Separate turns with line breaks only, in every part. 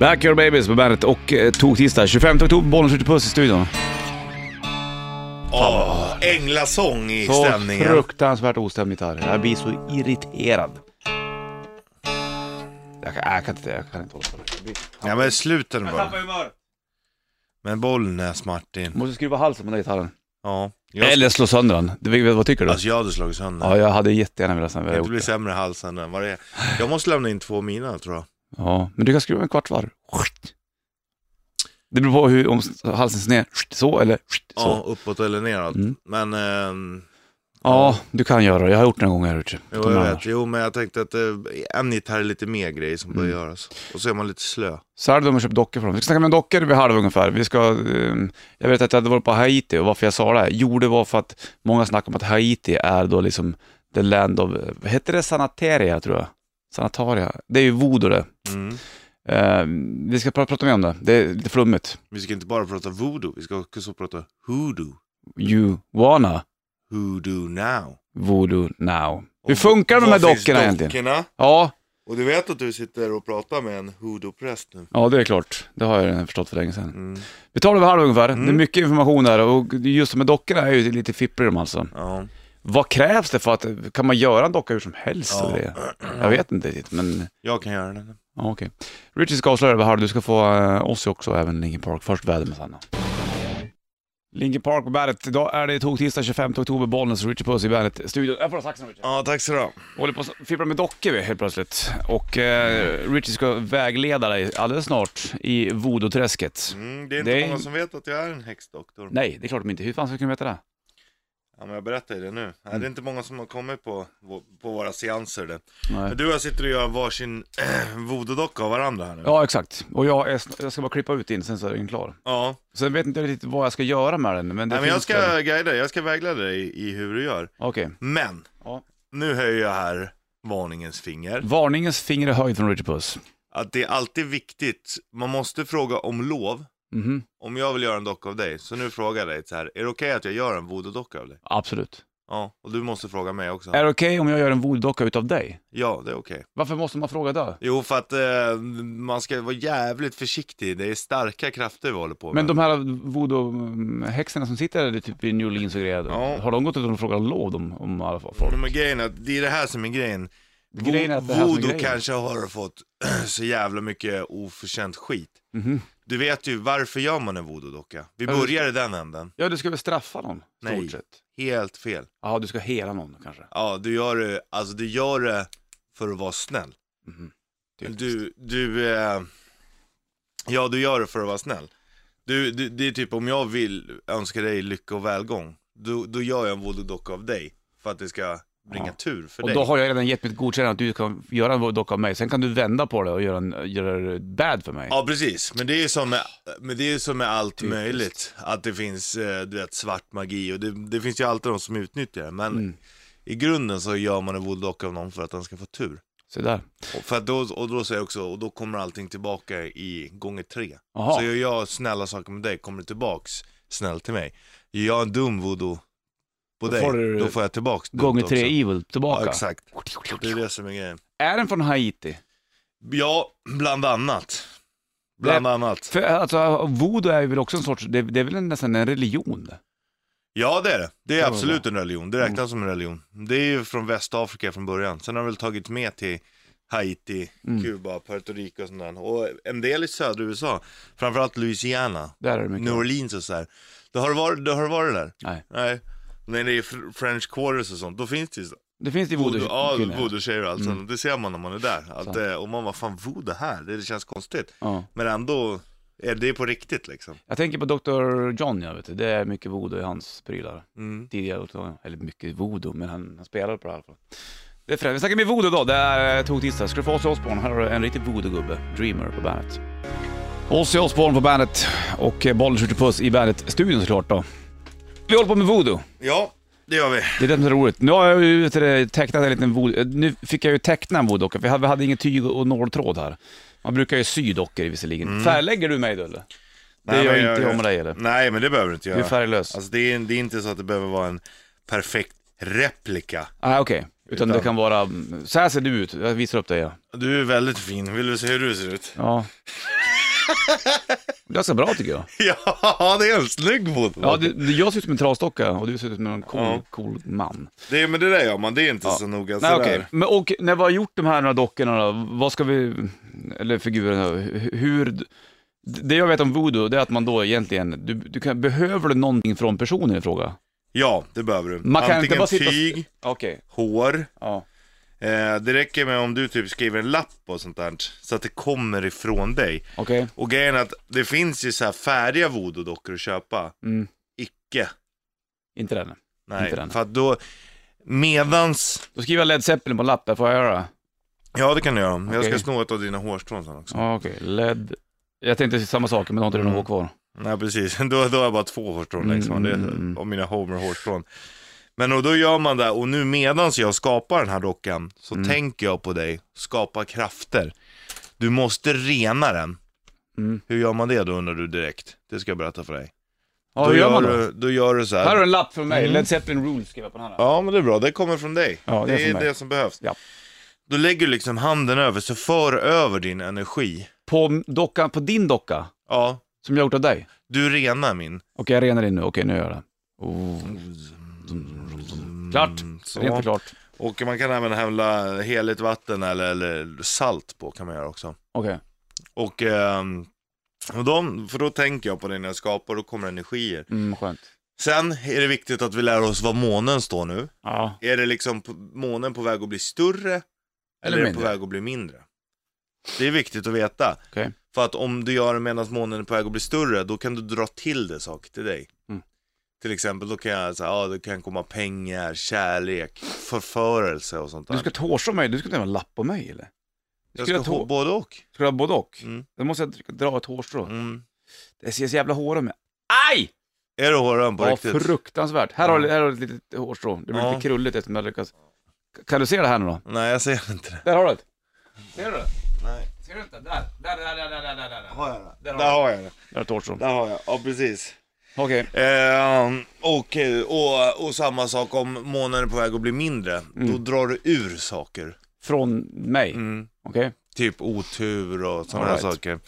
Back Your Babies på bandet och eh, Toktisdag. 25 oktober, bollen skjuter puss i studion.
Åh, änglasång i
Så
stämningen.
fruktansvärt ostämd gitarr. Jag blir så irriterad. Jag kan, jag kan inte, jag kan inte hålla på det. Jag blir-
Ja men sluta nu bara.
humör.
Men Bollnäs Martin.
Måste skruva halsen på den där gitarren.
Ja. Jag,
Eller slå sönder den. Det- Vad vad tycker du?
alltså jag hade slagit sönder.
Ja, jag hade jättegärna velat
Det
sönder
kan
jag
inte bli
gjort det.
sämre i halsen än vad det är. Jag måste lämna in två mina tror jag.
Ja, men du kan skruva en kvart varv. Det beror på hur, om halsen sned, så eller
Ja,
så.
uppåt eller neråt.
Mm.
Men, ehm,
Ja, du kan göra det. Jag har gjort det några gånger. Richard.
jo, jag vet. Jo, men jag tänkte att eh, en gitarr är lite mer grej som bör
Mm.
göras. Och så är man lite slö.
Sardo har köpt dockor från. Vi ska snacka med en docka vid halv ungefär. Vi ska, ehm, jag vet att jag hade varit på Haiti och varför jag sa det här. Jo, det var för att många snackar om att Haiti är då liksom the land of, vad heter det sanateria tror jag? Sanataria. Det är ju voodoo det.
Mm.
Ehm, vi ska pra- prata mer om det. Det är lite flummigt.
Vi ska inte bara prata voodoo, vi ska också prata hoodoo.
You wanna
Hoodoo now.
voodoo now. Hur
Och
funkar det
var
med
finns
dockorna egentligen?
dockorna?
Ja,
Och du vet att du sitter och pratar med en hoodoo-präst nu.
ja, det är klart. Det har jag redan förstått för länge sedan.
Mm.
Vi tar det vid halv ungefär. Det är mycket information där och just med dockorna är ju lite fippriga de alltså.
Ja.
Vad krävs det för att, kan man göra en docka hur som helst?
Ja.
av Det? Jag vet inte riktigt, men
Jag kan göra det.
ja, okej. Richie ska avslöja det här, du ska få eh, oss också, även Linkin Park. Först väder med Sanna. Linkin Park på bandet. Idag är det tog tisdag 25 oktober, Bollnäs, Richie Puss i bandet. Studion. Jag får ha saxen Richie.
Ja, tack så du ha.
Håller på att fippla med dockor vi helt plötsligt. Och eh, Richie ska vägleda dig alldeles snart i voodoo-träsket.
Mm, det är inte
Det är-
många som vet att jag är en häxdoktor.
Nej, det är klart de inte. Hur fan ska jag kunna veta det?
Ja, men jag berättar ju det nu.
Mm.
Nej, Det är inte många som har kommit på, på våra seanser. Det.
Nej.
Men du och jag sitter och gör varsin äh, voodoo-docka av varandra här nu.
Ja, exakt. Och jag, är, jag ska bara klippa ut in, sen så är den klar.
Ja.
Sen vet inte jag riktigt vad jag ska göra med den, men det
Nej, men
finns
jag ska
väl-
guida dig, jag ska vägleda dig i, i hur du gör.
Okej.
Men,
Ja.
nu höjer jag här varningens finger.
Varningens finger i höjd från Richard Puss.
Att det är alltid viktigt, man måste fråga om lov.
Mhm,
Om jag vill göra en docka av dig, så nu frågar jag dig så här, är det okej att jag gör en voodoo-docka av dig?
Absolut.
Ja, och du måste fråga mig också.
Är det okej om jag gör en voodoo-docka utav dig?
Ja, det är okej.
Varför måste man fråga det?
Jo, för att eh, man ska vara jävligt försiktig. Det är starka krafter vi håller på med.
Men de här voodoo-häxorna som sitter där typ i New Orleans och grejer,
Ja. Mm.
har de gått ut och frågat lov om, om alla folk?
Ja, Men grejen är att det är det här som är grejen.
Grejen är att det här som är
Voodoo
grejen.
kanske har fått så jävla mycket oförtjänt skit.
Mhm.
Du vet ju varför gör man en voodoo-docka? Vi
Ja, just
börjar i den änden.
Ja, du ska väl straffa någon?
Nej.
Stort sett.
Helt fel.
Ja, du ska hela någon kanske.
Ja, du gör det, alltså du gör det för att vara snäll.
Mhm.
Du, du, eh, ja du gör det för att vara snäll. Du, du, det är typ om jag vill önska dig lycka och välgång, då, då gör jag en voodoo-docka av dig. För att det ska bringa
Ja.
tur för
Och
dig.
då har jag redan gett mitt godkännande att du kan göra en voodoo-docka av mig, sen kan du vända på det och göra, en, göra det bad för mig.
Ja precis, men det är ju som med, men det är ju som med allt
Typiskt.
möjligt. Att det finns, eh, du vet, svart magi och det, det finns ju alltid de som utnyttjar det. Men
Mm.
i grunden så gör man en voodoo-docka av någon för att han ska få tur.
Så där.
Och, för att då, och då säger jag också, och då kommer allting tillbaka i gånger tre.
Jaha.
Så jag gör snälla saker med dig, kommer det tillbaks snäll till mig. Gör jag en dum voodoo på
Då
dig,
får du-
då får jag tillbaks dumt
Gånger
också.
tre evil tillbaka.
Ja, exakt. Det är det som är grejen.
Är den från Haiti?
Ja, bland annat. Bland annat.
För alltså, voodoo är ju väl också en sorts, det, det är väl en, nästan en religion? det?
Ja det är det. Det är
Ja,
absolut en religion. Det
Mm.
räknas som en religion. Det är ju från Västafrika från början. Sen har de väl tagit med till Haiti,
Mm.
Kuba, Puerto Rico och sånt där. Och en del i södra USA, framförallt Louisiana,
Där är det mycket.
New Orleans och sådär. Det har, du varit, det har du varit där?
Nej.
Nej. När det är fr- French quarters och sånt, då finns det ju
Det finns det i voodoo.
voodoo- ja,
kvinnor.
voodoo-tjejer och Mm. allt sånt. Det ser man när man är där. Att, eh, och man bara, fan voodoo här, det känns konstigt.
Ja.
Men ändå, är det på riktigt liksom.
Jag tänker på Dr. John, jag vet du. det är mycket voodoo i hans prylar.
Mm.
Tidigare, utgångar. eller mycket voodoo, men han, han spelade på det i alla fall. Det är främst. Vi snackar med voodoo idag, det är eh, tog tisdag. Ska du få Ozzy Osbourne, här har du en riktig voodoo-gubbe. Dreamer på bandet. Ozzy Osbourne på bandet och eh, Bollen skjuter puss i bandet-studion såklart då. Vi håller på med voodoo.
Ja, det gör vi.
Det är det som är roligt. Nu har jag ju vet du, det, tecknat en liten vod... eh, Nu fick jag ju teckna en voodocka, för vi hade, vi hade inget tyg och nåltråd här. Man brukar ju sy dockor visserligen. Färglägger du mig då eller? Det
Mm. Nej,
gör
men
inte jag med dig eller?
Nej, men det behöver du inte göra.
Du är färglös.
Alltså, det, är, det är inte så att det behöver vara en perfekt replika.
Nej ah, okej. Utan, det
Utan-
kan vara, mm, så här ser du ut, jag visar upp dig ja.
Du är väldigt fin. Vill du se hur du ser ut?
ja. Ganska bra tycker jag.
Ja, det är en snygg voodoo.
Ja,
Ja,
det, det, jag ser ut som en trasdocka och du ser ut som en cool,
Ja.
cool man.
det... Men det där gör man, det är inte
Ja.
så noga
Nej,
sådär.
okej. Men, och när vi har gjort de här några dockorna då, vad ska vi, eller figurerna, hur... Det jag vet om voodoo, det är att man då egentligen, du, du kan, behöver du någonting från personen i fråga?
Ja, det behöver du.
Man kan
Antingen
inte bara sitta och-
tyg,
Okej.
hår.
Ja.
Eh, det räcker med om du typ skriver en lapp och sånt där, så att det kommer ifrån dig.
Okej.
Och grejen är att det finns ju så här färdiga voodoo-dockor att köpa.
Mm.
Icke.
Inte den. Inte
Nej,
den.
för att då, medans,
Då skriver jag Led Zeppelin på en lapp, det får jag göra.
ja det kan du göra. Jag ska
Okej.
sno ett av dina hårstrån sen också.
Ja, Okej, Led... Jag tänkte samma sak, men då har inte du
Mm.
något kvar.
Nej precis, då, då har jag bara två hårstrån liksom.
Mm,
det
mm, mm.
är, och mina Homer-hårstrån. Men och då gör man det, och nu medans jag skapar den här dockan så
Mm.
tänker jag på dig, skapa krafter. Du måste rena den.
Mm.
Hur gör man det då undrar du direkt? Det ska jag berätta för dig.
Ja, hur gör man då?
Du, då gör du så här.
Här har du en lapp från mig,
Mm.
Led Zeppelin Rules skriver jag på den här.
Ja men det är bra, det kommer från dig.
Ja,
det,
det är från
är
mig.
det som behövs.
Ja.
Då lägger du liksom handen över, så för över din energi.
På, dockan, på din docka,
Ja,
som jag gjort av dig.
du renar min.
Okej, jag renar in nu. Okej, nu gör jag det. Oh. Klart.
Mm, så.
Rent och klart.
Och man kan även hälla heligt vatten eller, eller salt på kan man göra också.
Okej.
Och, ehm, och de, för då tänker jag på det när jag skapar, då kommer energier.
Mm, skönt.
Sen är det viktigt att vi lär oss var månen står nu.
Ja.
Är det liksom på, månen på väg att bli större eller, är den på
mindre.
väg att bli mindre? Det är viktigt att veta.
Okej.
För att om du gör det medan månen är på väg att bli större, då kan du dra till det saker till dig.
Mm.
Till exempel, då kan jag säga, ja, det kan komma pengar, kärlek, förförelse och sånt där.
Du ska torsa mig. Du ska inte ha en lapp på mig eller? Du
jag
skulle
ska
ha,
ha
tå-
både och.
ska du ha både och?
Mm.
Då måste jag dra ett hårstrå.
Mm.
Det ser så jävla hårigt med. Aj!
Är du hårdare på
Ja,
riktigt?
fruktansvärt. Här har, du- här har du ett litet hårstrå. Det blir
Ja.
lite krulligt eftersom jag lyckas. Kan du se det här nu då?
Nej, jag ser inte det.
Där har du det. Ser du det?
Nej.
Ser du inte? Där, där, där, där, där, där, där, där.
Har jag det?
Där har
Där har jag det.
Där är ett hårstrå.
Där har jag, ja precis.
Okej.
Ehm, och, och, och samma sak om månen är på väg att bli mindre, då drar du ur saker.
Från mig?
Mm.
Okej.
Typ otur och sådana
All
här
right.
saker.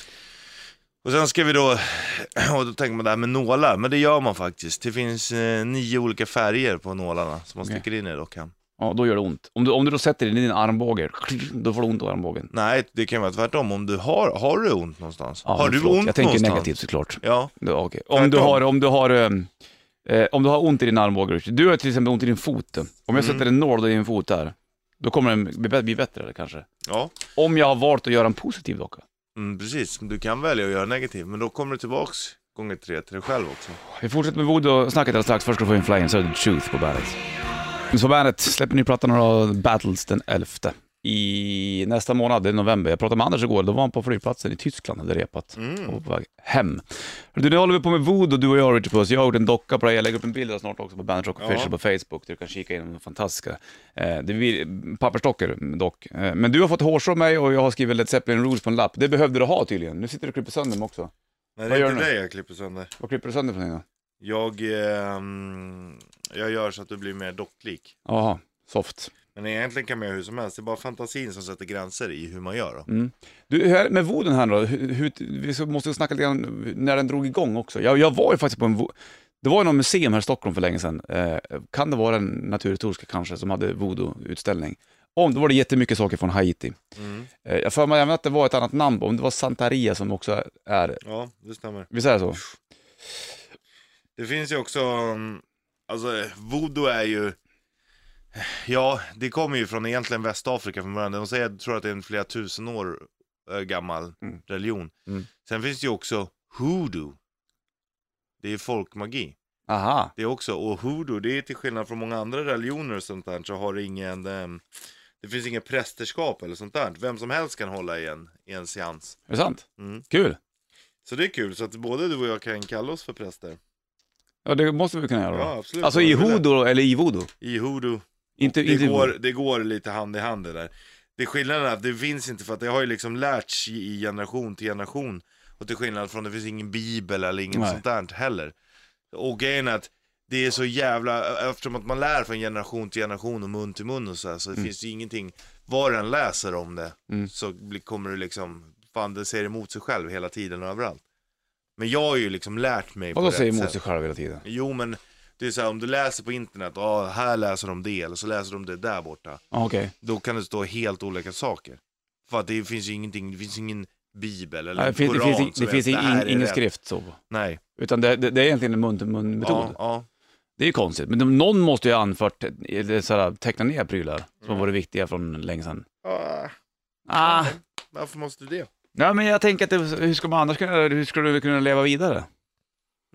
Och sen ska vi då, och då tänker man det här med nålar, men det gör man faktiskt. Det finns eh, nio olika färger på nålarna som man
Okej.
sticker in i dockan.
Ja, då gör det ont. Om du, om du då sätter den i din armbåge, då får du ont i armbågen.
Nej, det kan vara tvärtom. Om du har, har du ont någonstans?
Ja,
har
men
du
förlåt.
ont
Jag tänker
någonstans?
negativt såklart.
Ja.
Ja, okej. om, du
Tvärtom.
har, om, du har, ehm, eh, om du har ont i din armbåge, Richard. du har till exempel ont i din fot. Om jag sätter en nål i din fot här, då kommer den bli, bä- bli bättre eller kanske.
Ja,
Om jag har valt att göra en positiv docka.
mm, precis. Du kan välja att göra negativ, men då kommer du tillbaks gånger tre till dig själv också.
Vi fortsätter med voodoo-snacket alldeles strax. Först ska du få in Flying Southern Truth på bandet. Så bandet släpper ny platta några Battles den 11 i nästa månad, i november. Jag pratade med Anders igår, då var han på flygplatsen i Tyskland och hade repat. Och var på väg hem. Du, nu håller vi på med voodoo du och jag Richard Puss. Jag har gjort en docka på dig, jag lägger upp en bild där snart också på Bandet Rock
Ja.
Official på Facebook, där du kan kika in de fantastiska. Eh, det blir pappersdockor dock. Eh, men du har fått hårstrå av mig och jag har skrivit Led Zeppelin Rules på en lapp. Det behövde du ha tydligen. Nu sitter du och klipper sönder dem också.
Nej,
Vad
det
gör
är inte
du nu?
dig jag klipper sönder.
Vad klipper du sönder för någonting
Jag, ehm, jag gör så att du blir mer docklik.
då? Jaha, soft.
Men egentligen kan man göra hur som helst, det är bara fantasin som sätter gränser i hur man gör. Då.
Mm. Du, hur är det med voden här då, hur, hur, vi ska- måste snacka lite grann när den drog igång också. Jag, jag var ju faktiskt på en, vo- det var ju någon museum här i Stockholm för länge sedan, eh, kan det vara en naturhistoriska kanske, som hade voodoo-utställning. Om, då var det jättemycket saker från Haiti.
Mm.
Eh, jag för mig även att det var ett annat namn, om det var Santaria som också är,
Ja, det stämmer.
visst är det så?
Det finns ju också, mm, alltså eh, voodoo är ju, ja det kommer ju från egentligen Västafrika från början. De säger, jag tror att det är en flera tusen år eh, gammal
Mm.
religion.
Mm.
Sen finns det ju också hoodoo. Det är folkmagi.
Aha,
Det är också, och hoodoo, det är till skillnad från många andra religioner och sånt där, så har det ingen, ehm, det finns ingen prästerskap eller sånt där. Vem som helst kan hålla i en, i en seans.
är det sant?
Mm.
Kul!
Så det är kul, så att både du och jag kan kalla oss för präster.
Ja, det måste vi kunna göra då.
Ja, absolut.
alltså
Om
i
du vill det.
hoodoo eller i voodoo?
I hoodoo.
Inte,
Det
inte i
går,
voodoo.
det går lite hand i hand det där. Det är skillnaden är att det finns inte, för att det har ju liksom lärts i- i generation till generation. Och till skillnad från, det finns ingen bibel eller inget
Nej.
sånt där heller. Och grejen är att det är så jävla, eftersom att man lär från generation till generation och
Mm.
mun till mun och så här, så det finns ju ingenting, vad den läser om det, så blir- kommer du liksom fan den säger emot sig själv hela tiden och överallt. Men jag har ju liksom lärt mig
Vadå
på
säger
rätt
emot
sätt.
sig själv hela tiden?
Jo men det är så här, om du läser på internet, ja här läser de det, eller så läser de det där borta.
Ah, Okej.
Då kan det stå helt olika saker. För att det finns ju ingenting, det finns ingen bibel eller
Nej, Det finns, det
koran
finns, in- det
som vet,
finns in,
här är
ingen
rätt.
skrift så.
Nej.
Utan det, det, det är egentligen en mun-till-mun-metod.
Ja, ja.
Det är ju konstigt, men de, någon måste ju ha anfört, eller så här, teckna ner prylar som har varit viktiga från länge sedan.
Mm. Ah,
Ah.
varför måste du det?
Ja, men jag tänker att det, hur ska man annars kunna, hur ska du kunna leva vidare?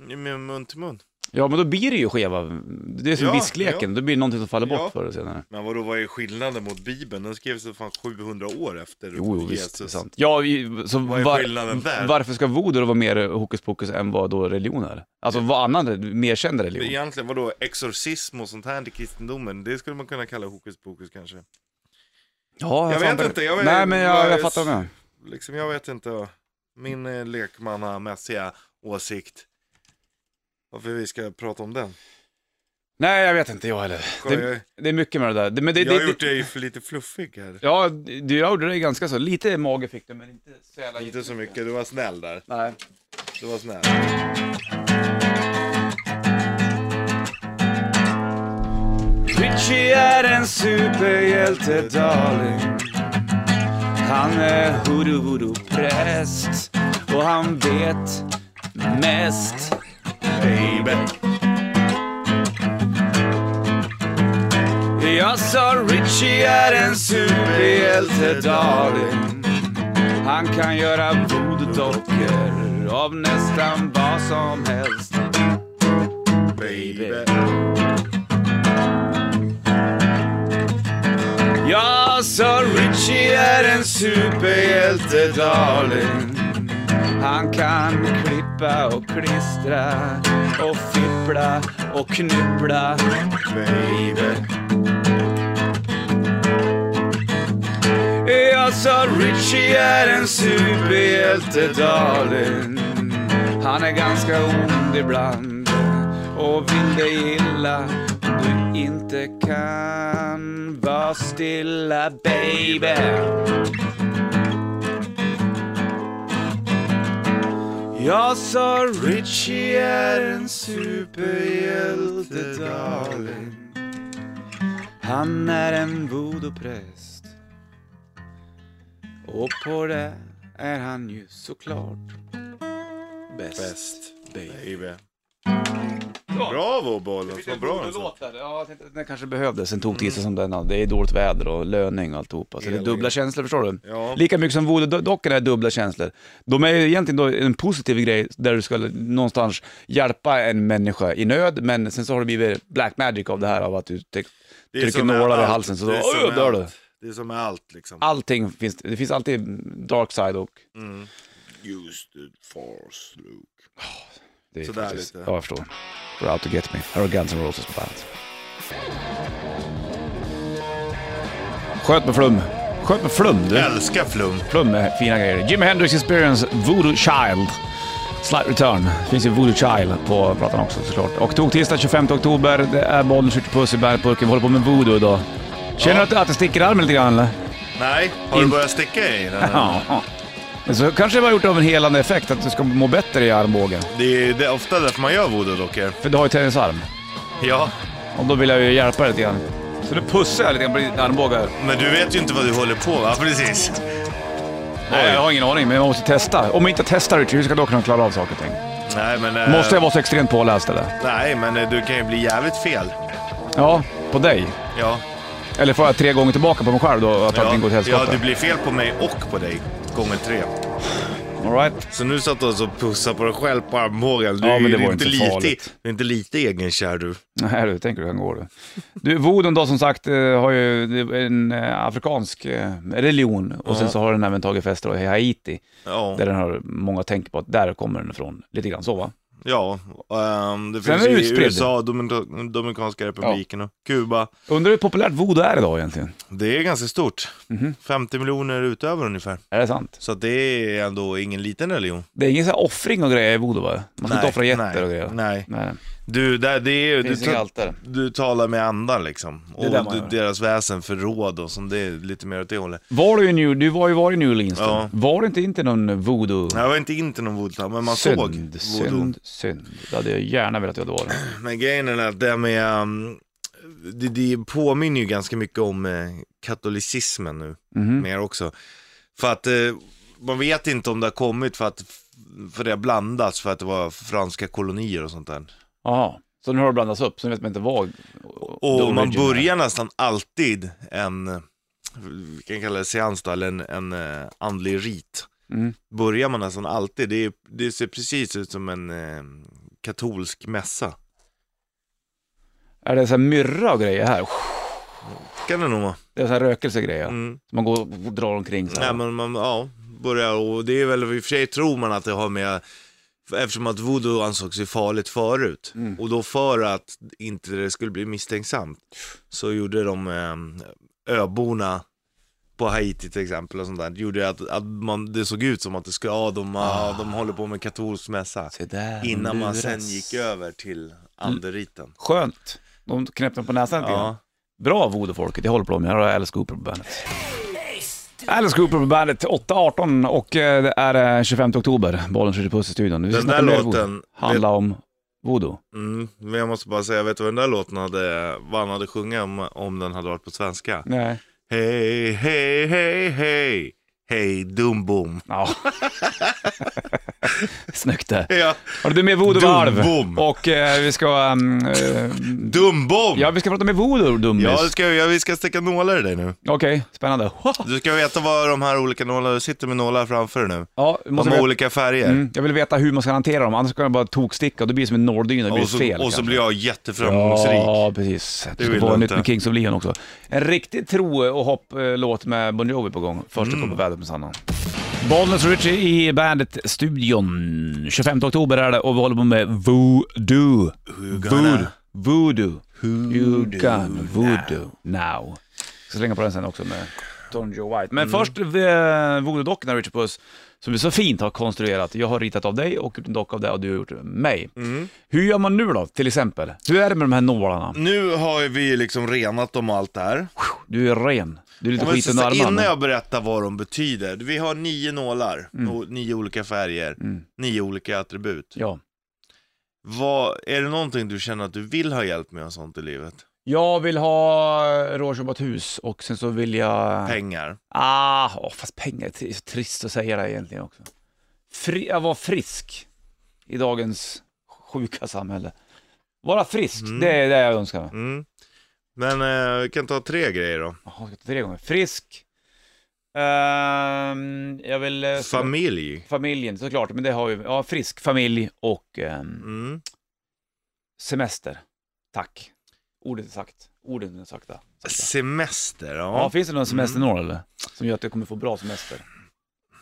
Med mun till mun.
Ja, men då blir det ju skeva, det är som
Ja,
viskleken, då blir det någonting som faller bort
Ja.
förr eller senare.
Men vadå, vad är skillnaden mot bibeln? Den skrevs för fan 700 år efter
Jo, jo visst,
Jesus.
det är sant. Ja, vi- så
Vad är skillnaden där?
varför ska voodoo då vara mer hokus pokus än vad då religion är? Alltså vad annan, mer känd
Det är
religion?
Egentligen, vadå, exorcism och sånt här i kristendomen, det skulle man kunna kalla hokus pokus kanske.
Ja,
Jag vet
fattar.
inte, jag vet-
Nej, men jag, jag
vad-
fattar med.
Liksom, jag vet inte, min eh, lekmannamässiga åsikt, varför vi ska prata om den.
Nej, jag vet inte jag heller. Det,
Jag,
det är mycket med det där. Det, men det,
jag har
det,
gjort
det,
dig för lite fluffig här.
Ja, du gjorde det ganska så. Lite mage fick du, men inte så jävla...
Inte så mycket, du var snäll där.
Nej.
Du var snäll.
Richie är en superhjälte, darling. Han är hoodoo-voodoo-präst och han vet mest.
Baby.
Jag sa Richie är en superhjälte, darling. Han kan göra voodoo-dockor av nästan vad som helst.
Baby.
Ja, så Richie är en superhjälte, darling. Han kan klippa och klistra och fippla och knyppla.
Baby.
Ja, så Richie är en superhjälte, darling. Han är ganska ond ibland och vill dig illa om du inte kan vara stilla, baby. Jag sa Richie är en superhjälte darling Han är en voodoo-präst Och på det är han ju såklart bäst,
Bäst.
baby
Baby. Bravo bollen, vad bra alltså. den satt.
Ja, jag tänkte att den kanske behövdes en toktisdag som denna. Det är dåligt väder och löning och alltihopa. Så det är dubbla
Elände.
känslor, förstår du?
Ja.
Lika mycket som voodoo-dockorna är dubbla känslor. De är ju egentligen då en positiv grej där du ska någonstans hjälpa en människa i nöd, men sen så har det blivit black magic av det här av att du te-
Det är
trycker
som med
nålar i
allt.
halsen så då
Det är som
"Åh,
med
dör du.
allt. Det är som med allt liksom.
Allting finns, det finns alltid dark side och...
Use the force, Luke.
Det är
Sådär
faktiskt-
lite.
Ja, jag förstår. You're out to get me. Här har Guns N' Roses på bandet. Sköt med flum. Sköt med flum du.
Älskar flum.
Plum med fina grejer. Jimi Hendrix Experience, Voodoo Child. Slight Return. finns ju Voodoo Child på plattan också såklart. Och tog tisdag 25 oktober. Det är bollen skjuter puss i bärpurken. Vi håller på med voodoo idag. Känner du att, att det sticker i armen lite grann eller?
Nej, har du
Inte-
börjat sticka i den? här?
Ja. Men så kanske det var gjort av en helande effekt, att du ska må bättre i armbågen.
Det är, det är ofta därför man gör voodoo-dockor.
För du har ju tennisarm.
Ja.
Och då vill jag ju hjälpa dig lite grann. Så du pussar jag lite grann på din armbåge. här.
Men du vet ju inte vad du håller på med. Ja, precis.
Nej, jag har ingen aning, men man måste testa. Om man inte testar, hur ska då kunna klara av saker och ting?
Nej, men... eh,
Måste jag vara så extremt påläst eller?
Nej, men eh, du kan ju bli jävligt fel.
Ja, på dig.
Ja.
Eller får jag tre gånger tillbaka på mig själv då, att allting går åt
ja, du
helskotta?
blir fel på mig och på dig. Gånger tre.
All right.
Så nu satt du alltså och pussade på dig själv på armbågen. Du
Ja,
är
men
ju
det var inte
lite,
farligt.
Du är inte lite egenkär du.
Nej du, tänker du kan gå du. Du, Vodun då som sagt eh, har ju det är en eh, afrikansk eh, religion och sen så har den även tagit fäste då i Haiti,
Ja.
där den har många tänker på att där kommer den ifrån. Lite grann så va?
Ja, ehm, det
Den
finns
är
ju i
utspridd.
USA, Domin- Dominikanska republiken och Kuba.
Undrar hur populärt voodoo är idag egentligen?
Det är ganska stort.
Mhm.
50 miljoner utöver ungefär.
Är det sant?
Så att det är ändå ingen liten religion.
Det är ingen så här offring och grejer i voodoo va? Man ska inte
Nej,
offra getter
nej,
och grejer?
Nej.
Nej.
Du, där, det är, du,
Finns inga
ta,
altare.
du talar med andar liksom.
Det är där
Och
man
d-
gör.
deras väsen för råd och som det är lite mer åt det hållet.
Var du, i New, du var ju var i New Orleans då.
Ja.
Var det inte, inte någon voodoo?
Jag var inte inte någon voodoo, men man
synd,
såg voodoo.
synd, synd. Det hade jag gärna velat att jag hade varit.
Men grejen är att det med, um, det, det påminner ju ganska mycket om eh, katolicismen nu.
Mhm.
mer också. För att eh, man vet inte om det har kommit för att för det har blandats för att det var franska kolonier och sånt där.
Jaha, så nu har det blandats upp, så nu vet man inte vad
Och man
original är.
börjar nästan alltid en, eh, vi kan kalla det seans då, eller en, en eh, andlig rit.
Mm.
Börjar man nästan alltid, det, är, det ser precis ut som en eh, katolsk mässa.
Är det så här myrra och grejer här?
Kan det nog vara.
Det är så här rökelsegrejer.
Mm.
Man går och drar omkring så här.
Nej men man, ja, börjar och det är väl, i och för sig tror man att det har med, eftersom att voodoo ansågs ju farligt förut.
Mm.
Och då för att inte det skulle bli misstänksamt så gjorde de eh, öborna på Haiti till exempel och sånt där, gjorde att, att man, det såg ut som att det skulle, ja de, ah. de håller på med katolsk mässa.
Se där,
Innan man
Honduras.
sen gick över till anderiten.
Skönt. De knäppte på näsan lite grann.
Mm. Ja.
Bra voodoo-folket, jag håller på med. Här har jag Alice Cooper på bandet. Alice Cooper på bandet, 8.18 och eh, det är eh, 25 oktober. Bollen skjuter puss i studion. Vi ska
Den
snacka
där
mer voodoo.
låten,
Handlar om voodoo.
Mm, men jag måste bara säga, vet du vad den där låten hade, vad han hade sjungit om, om den hade varit på svenska?
Nej.
Hej, hej, hej, hej, hej dumbom.
Ja. Snyggt det.
Ja,
Har du med voodoo valv?
Dumbom.
Och eh, vi ska... ehm, eh,
dumbom!
ja, vi ska prata med voodoo, dummis.
Ja, det ska, ja, vi ska sticka nålar i dig nu.
Okej, spännande.
Du ska veta vad de här olika nålarna, du sitter med nålar framför dig nu.
Ja, vi
De
måste
har
veta,
olika färger.
mm, jag vill veta hur man ska hantera dem, annars kan jag bara toksticka och det blir som en nåldyna, det blir
och så,
fel.
och så
kanske.
blir jag jätteframgångsrik.
Ja, precis. Det
vill
ska
du
vara nytt
inte.
med Kings of Leon också. En riktig tro och hopp-låt med Bon Jovi på gång. Först mm. på vädret med Sanna. Bollnäs och Richie i Bandet-studion. 25 oktober är det och vi håller på med voodoo. Voodoo. Voodoo. You gonna voodoo now. Jag ska slänga på den sen också med Tom Joe White. Men först eh, voodoo-dockan av Richie Puss, som du så fint har konstruerat. Jag har ritat av dig och gjort en docka av dig och du har gjort mig. Hur gör man nu då, till exempel? Hur är det med de här nålarna?
Nu har ju vi liksom renat dem och allt det här.
Du är ren. Du är lite
Om jag
skit under
ska,
armarna.
innan
men-
jag berättar vad de betyder. Vi har nio nålar, och nio olika färger,
Mm.
nio olika attribut.
Ja.
Vad, är det någonting du känner att du vill ha hjälp med och sånt i livet?
Jag vill ha rådjobbat hus och sen så vill jag...
Pengar.
Ah, åh, fast pengar det är så trist att säga det egentligen också. Fri, att vara frisk i dagens sjuka samhälle. Vara frisk,
Mm.
det är det jag önskar mig.
Mm. Men eh, vi kan ta tre grejer då.
Jaha, jag ska ta tre gånger. Frisk. Ehm, jag vill... eh,
Familj.
familjen, såklart. Men det har ju... Ja, frisk, familj och ehm,
Mm.
semester. Tack. Ordet är sagt. Orden är sakta. sakta.
Semester, ja. Mm.
Ja, finns det någon semesternål eller? Som gör att du kommer få bra semester.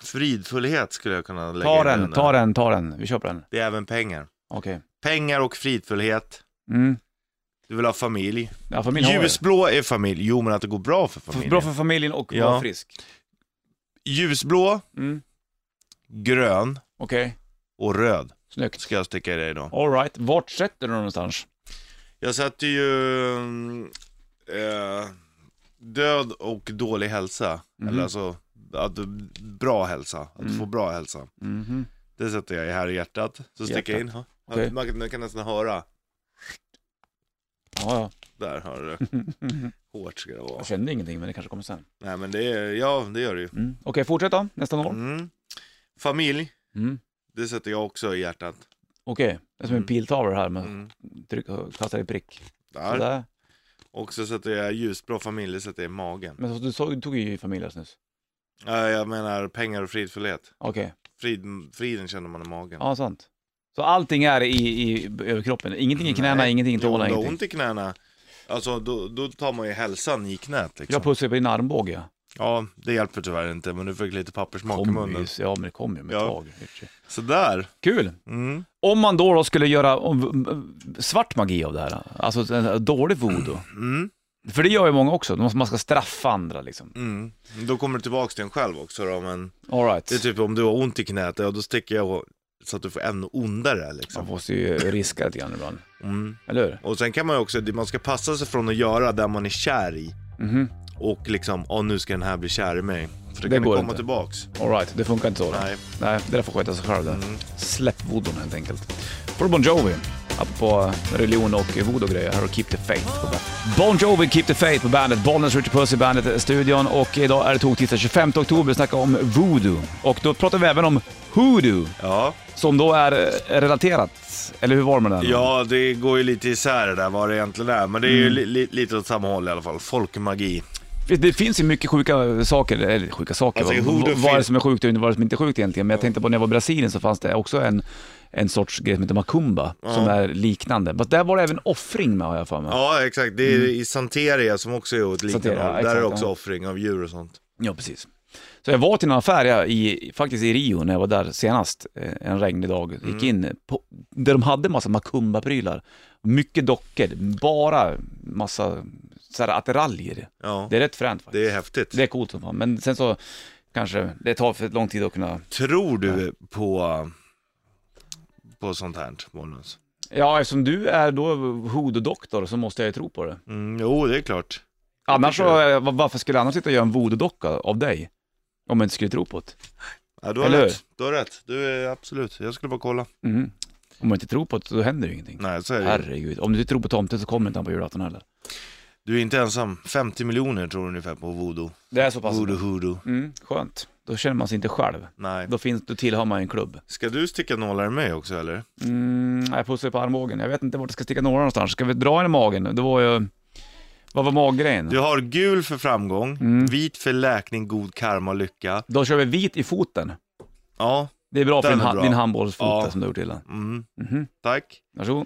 Fridfullhet skulle jag kunna lägga
Ta
in i
den,
där.
ta den, ta den. Vi köper den.
Det är även pengar.
Okej.
Pengar och fridfullhet.
Mm.
Du vill ha familj.
Ja, familjen har det.
Ljusblå är familj. Jo, men att det går bra för familjen.
F- Bra för familjen och
Ja.
vara frisk.
Ljusblå,
Mm.
grön
Okej,
och röd
snyggt.
ska jag sticka i dig idag.
All right. vart sätter du den någonstans?
Jag satte ju mm, eh, död och dålig hälsa.
Mhm.
Eller alltså, att, du- bra hälsa. Att du
Mm.
får bra hälsa.
Mhm.
Det sätter jag här i hjärtat. Så sticker jag in. Ja.
Okej.
Man, kan- man kan nästan höra.
Ja, ja.
Där hör du. Hårt ska det vara.
Jag kände ingenting, men det kanske kommer sen.
Nej men det är, ja det gör det ju.
Mm. Okej, fortsätt då. Nästa mål.
Mm. Familj,
Mm.
det sätter jag också i hjärtat.
Okej, det är som en
Mm.
piltavla här med
Mm.
tryck och kastar i prick.
Där.
Sådär.
Och så sätter jag ljusblå familj, det sätter jag i magen.
Men så, du, såg- du tog ju familjen nyss.
Ja, jag menar pengar och fridfullhet.
Okej,
Frid, friden känner man i magen.
ja sant. Så allting är i, i överkroppen? Ingenting i knäna,
Nej.
ingenting i
Jo, om
tårna,
du har
ingenting?
ont i knäna, alltså då, då tar man ju hälsan i knät liksom.
Jag pussar på din armbåge. ja.
Ja, det hjälper tyvärr inte, men du fick lite pappersmak i
Kom
munnen.
ju- Ja, men det kom ju med ett
Ja.
tag. Richie.
Sådär.
Kul!
Mm.
Om man då, då skulle göra om- svart magi av det här, alltså en dålig voodoo.
Mm.
För det gör ju många också, de- man ska straffa andra liksom.
Mm. Då kommer du tillbaks till en själv också då, men
All right.
det är typ om du har ont i knät, ja då sticker jag så att du får ännu ondare liksom.
Man måste ju riska lite grann ibland.
Mm.
Eller hur?
Och sen kan man ju också, man ska passa sig från att göra det man är kär i
Mhm.
och liksom, åh nu ska den här bli kär i mig. För det,
Det
kan
går
komma
inte.
tillbaks.
Alright, det funkar inte så. då.
Nej. Mm.
Nej, det där får sköta sig själv. det. Släpp vodon helt enkelt. Får du Bon Jovi, apropå eh, religion och voodoo-grejer. Här har du Keep the Faith på bandet. Bon Jovi, Keep the Faith på bandet. Bollnäs Richard Puss i bandet-studion och idag är det tog-tisdag 25 oktober. Vi snackar om voodoo. Och då pratar vi även om hoodoo,
Ja.
som då är eh, relaterat. Eller hur var det med den?
ja, det går ju lite isär det där vad det egentligen är. Men det är ju
Mm.
li, li, lite åt samma håll i alla fall. Folkmagi.
För Det finns ju mycket sjuka saker, eller sjuka saker,
Alltså, i
vad,
hoodoo
vad- vad är det
finns-
som är sjukt och inte vad är det som inte är sjukt egentligen. Men jag tänkte på när jag var i Brasilien så fanns det också en, en sorts grej som heter macumba, som är liknande. Men där var det även offring med har jag för mig.
Ja, exakt. Det är i Santeria som också är åt liknande
Mm. Santeria,
håll. Där
exakt,
är det också
ja.
offring av djur och sånt.
Ja, precis. Så jag var till en affär, jag, i, faktiskt i Rio, när jag var där senast, eh, en regnig dag,
Mm.
gick in på, där de hade massa macumba-prylar. Mycket dockor, bara massa så här, attiraljer.
Ja,
Det är rätt fränt faktiskt.
det är häftigt.
Det är coolt som fan, men sen så kanske det tar för lång tid att kunna
Tror du på, på sånt här, Bonus?
Ja, eftersom du är då voodoo-doktor så måste jag ju tro på det.
Mm, jo, det är klart.
Annars så,
tycker
eh, va- varför skulle jag annars sitta och göra en voodoo-docka av dig? Om jag inte skulle tro på det.
Ja, du har
Eller hur?
rätt. Du har rätt. Du är absolut. Jag skulle bara kolla.
Mhm. Om man inte tror på det så händer ju ingenting.
Nej, så är det. ju.
Herregud, om du inte tror på tomten så kommer inte han på julafton heller.
Du är inte ensam. 50 miljoner tror du ungefär på voodoo.
Det är så pass.
Voodoo hoodoo.
Mm, skönt. Då känner man sig inte själv.
Nej.
Då, finns, då tillhör man ju en klubb.
Ska du sticka nålar i mig också eller?
Mm, jag pussar ju på armbågen. Jag vet inte vart jag ska sticka några någonstans. Ska vi dra en i magen? Det var ju... Vad var maggrejen?
Du har gul för framgång, vit för läkning, god karma och lycka.
Då kör vi vit i foten.
Ja,
Det är bra
Den
för din,
är
ha-
bra.
din handbollsfot
Ja.
där som du har gjort illa.
mm.
Mhm.
tack.
Varsågod.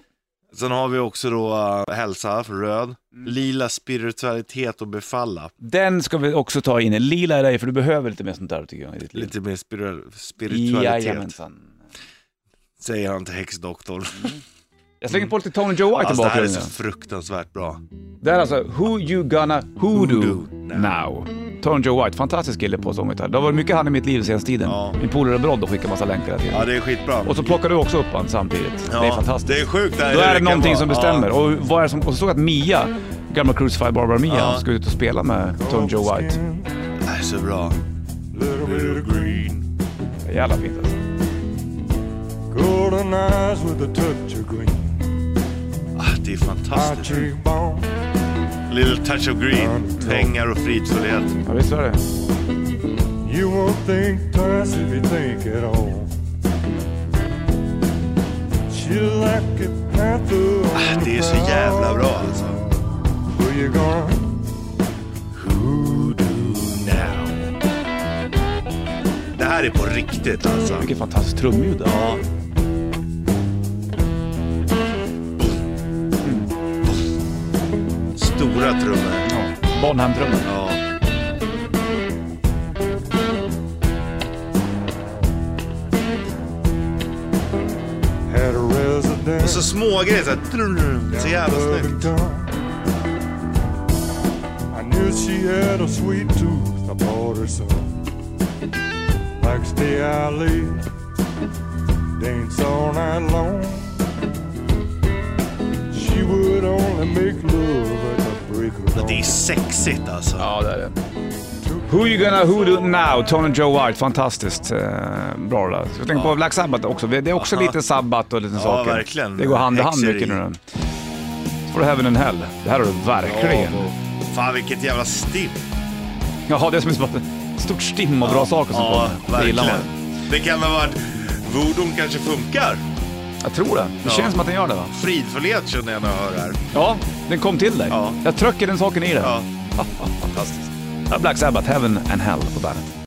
Sen har vi också då eh, hälsa för röd, lila spiritualitet och befalla.
Den ska vi också ta in. Lila är dig, för du behöver lite mer sånt där tycker jag i ditt liv.
Lite mer spiru- spiritualitet,
Jajamensan.
säger han till häxdoktorn.
Mm. Jag slänger på lite Tony Joe White
Alltså det
tillbaka.
här är
Alltså,
så fruktansvärt bra.
det här är alltså Who You Gonna Hoodoo
Hoodoo
Now. Tony Joe White, fantastisk kille på sånggitarr. Det har varit mycket han i mitt liv senaste tiden.
Ja.
Min polare Brodde skickar massa länkar hela tiden.
Ja det är skitbra.
Och så plockar du också upp han samtidigt.
ja,
det är fantastiskt.
Det är sjukt det här
Då
hur
är det
kan
någonting
vara.
som bestämmer. Och, vad är det som, och så såg jag att Mia, gamla Crucified Barbara Mia,
Ja.
ska ut och spela med Tony Joe White.
Ja, det här är så bra.
Little bit of green,
Det är Jävla fint alltså.
golden eyes with a touch of green,
Ah, det är
high
fantastiskt.
cheekbone,
Little touch of green, pengar och fridfullhet.
Ja, visst är det.
you won't think twice if you think at all. She like a panther
Ah,
on
det är
the
så jävla
prowl.
bra alltså.
Who you gonna,
Hoodoo now. Det här är på riktigt alltså.
Vilket fantastiskt trumljud.
Ja. Stora trummor.
Bonham-trummor.
Ja.
had a resident.
Och så små grejer så här. trrrr, Så jävla
Mm.
snyggt.
I knew she had a sweet tooth. I bought her some. Likes the alley, dance all night long. She would only make love at the break of dawn.
Det är sexigt alltså.
Ja, det är det. Who you gonna hoodoo now? Tony Joe White, fantastiskt eh, bra det där. Jag tänker på Black Sabbath också. Det är också
Aha.
lite sabbat och lite ja, saker.
verkligen.
Det går hand i hand
Häxeri.
mycket nu. då. Så får du Heaven and Hell. Det här har du verkligen.
Fan vilket jävla stim.
Alltså, Jaha, det är som ett stort stim av bra saker som
Ja,
kommer. Det gillar
verkligen.
man.
Det kan ha varit... Voodoo kanske funkar.
Jag tror det. Det
Ja.
känns som att den gör det va?
Fridfullhet känner jag när jag hör det här.
Ja, den kom till dig.
Ja.
Jag trycker den saken i dig.
Ja.
Fantastiskt. Black Sabbath, Heaven and Hell på bandet.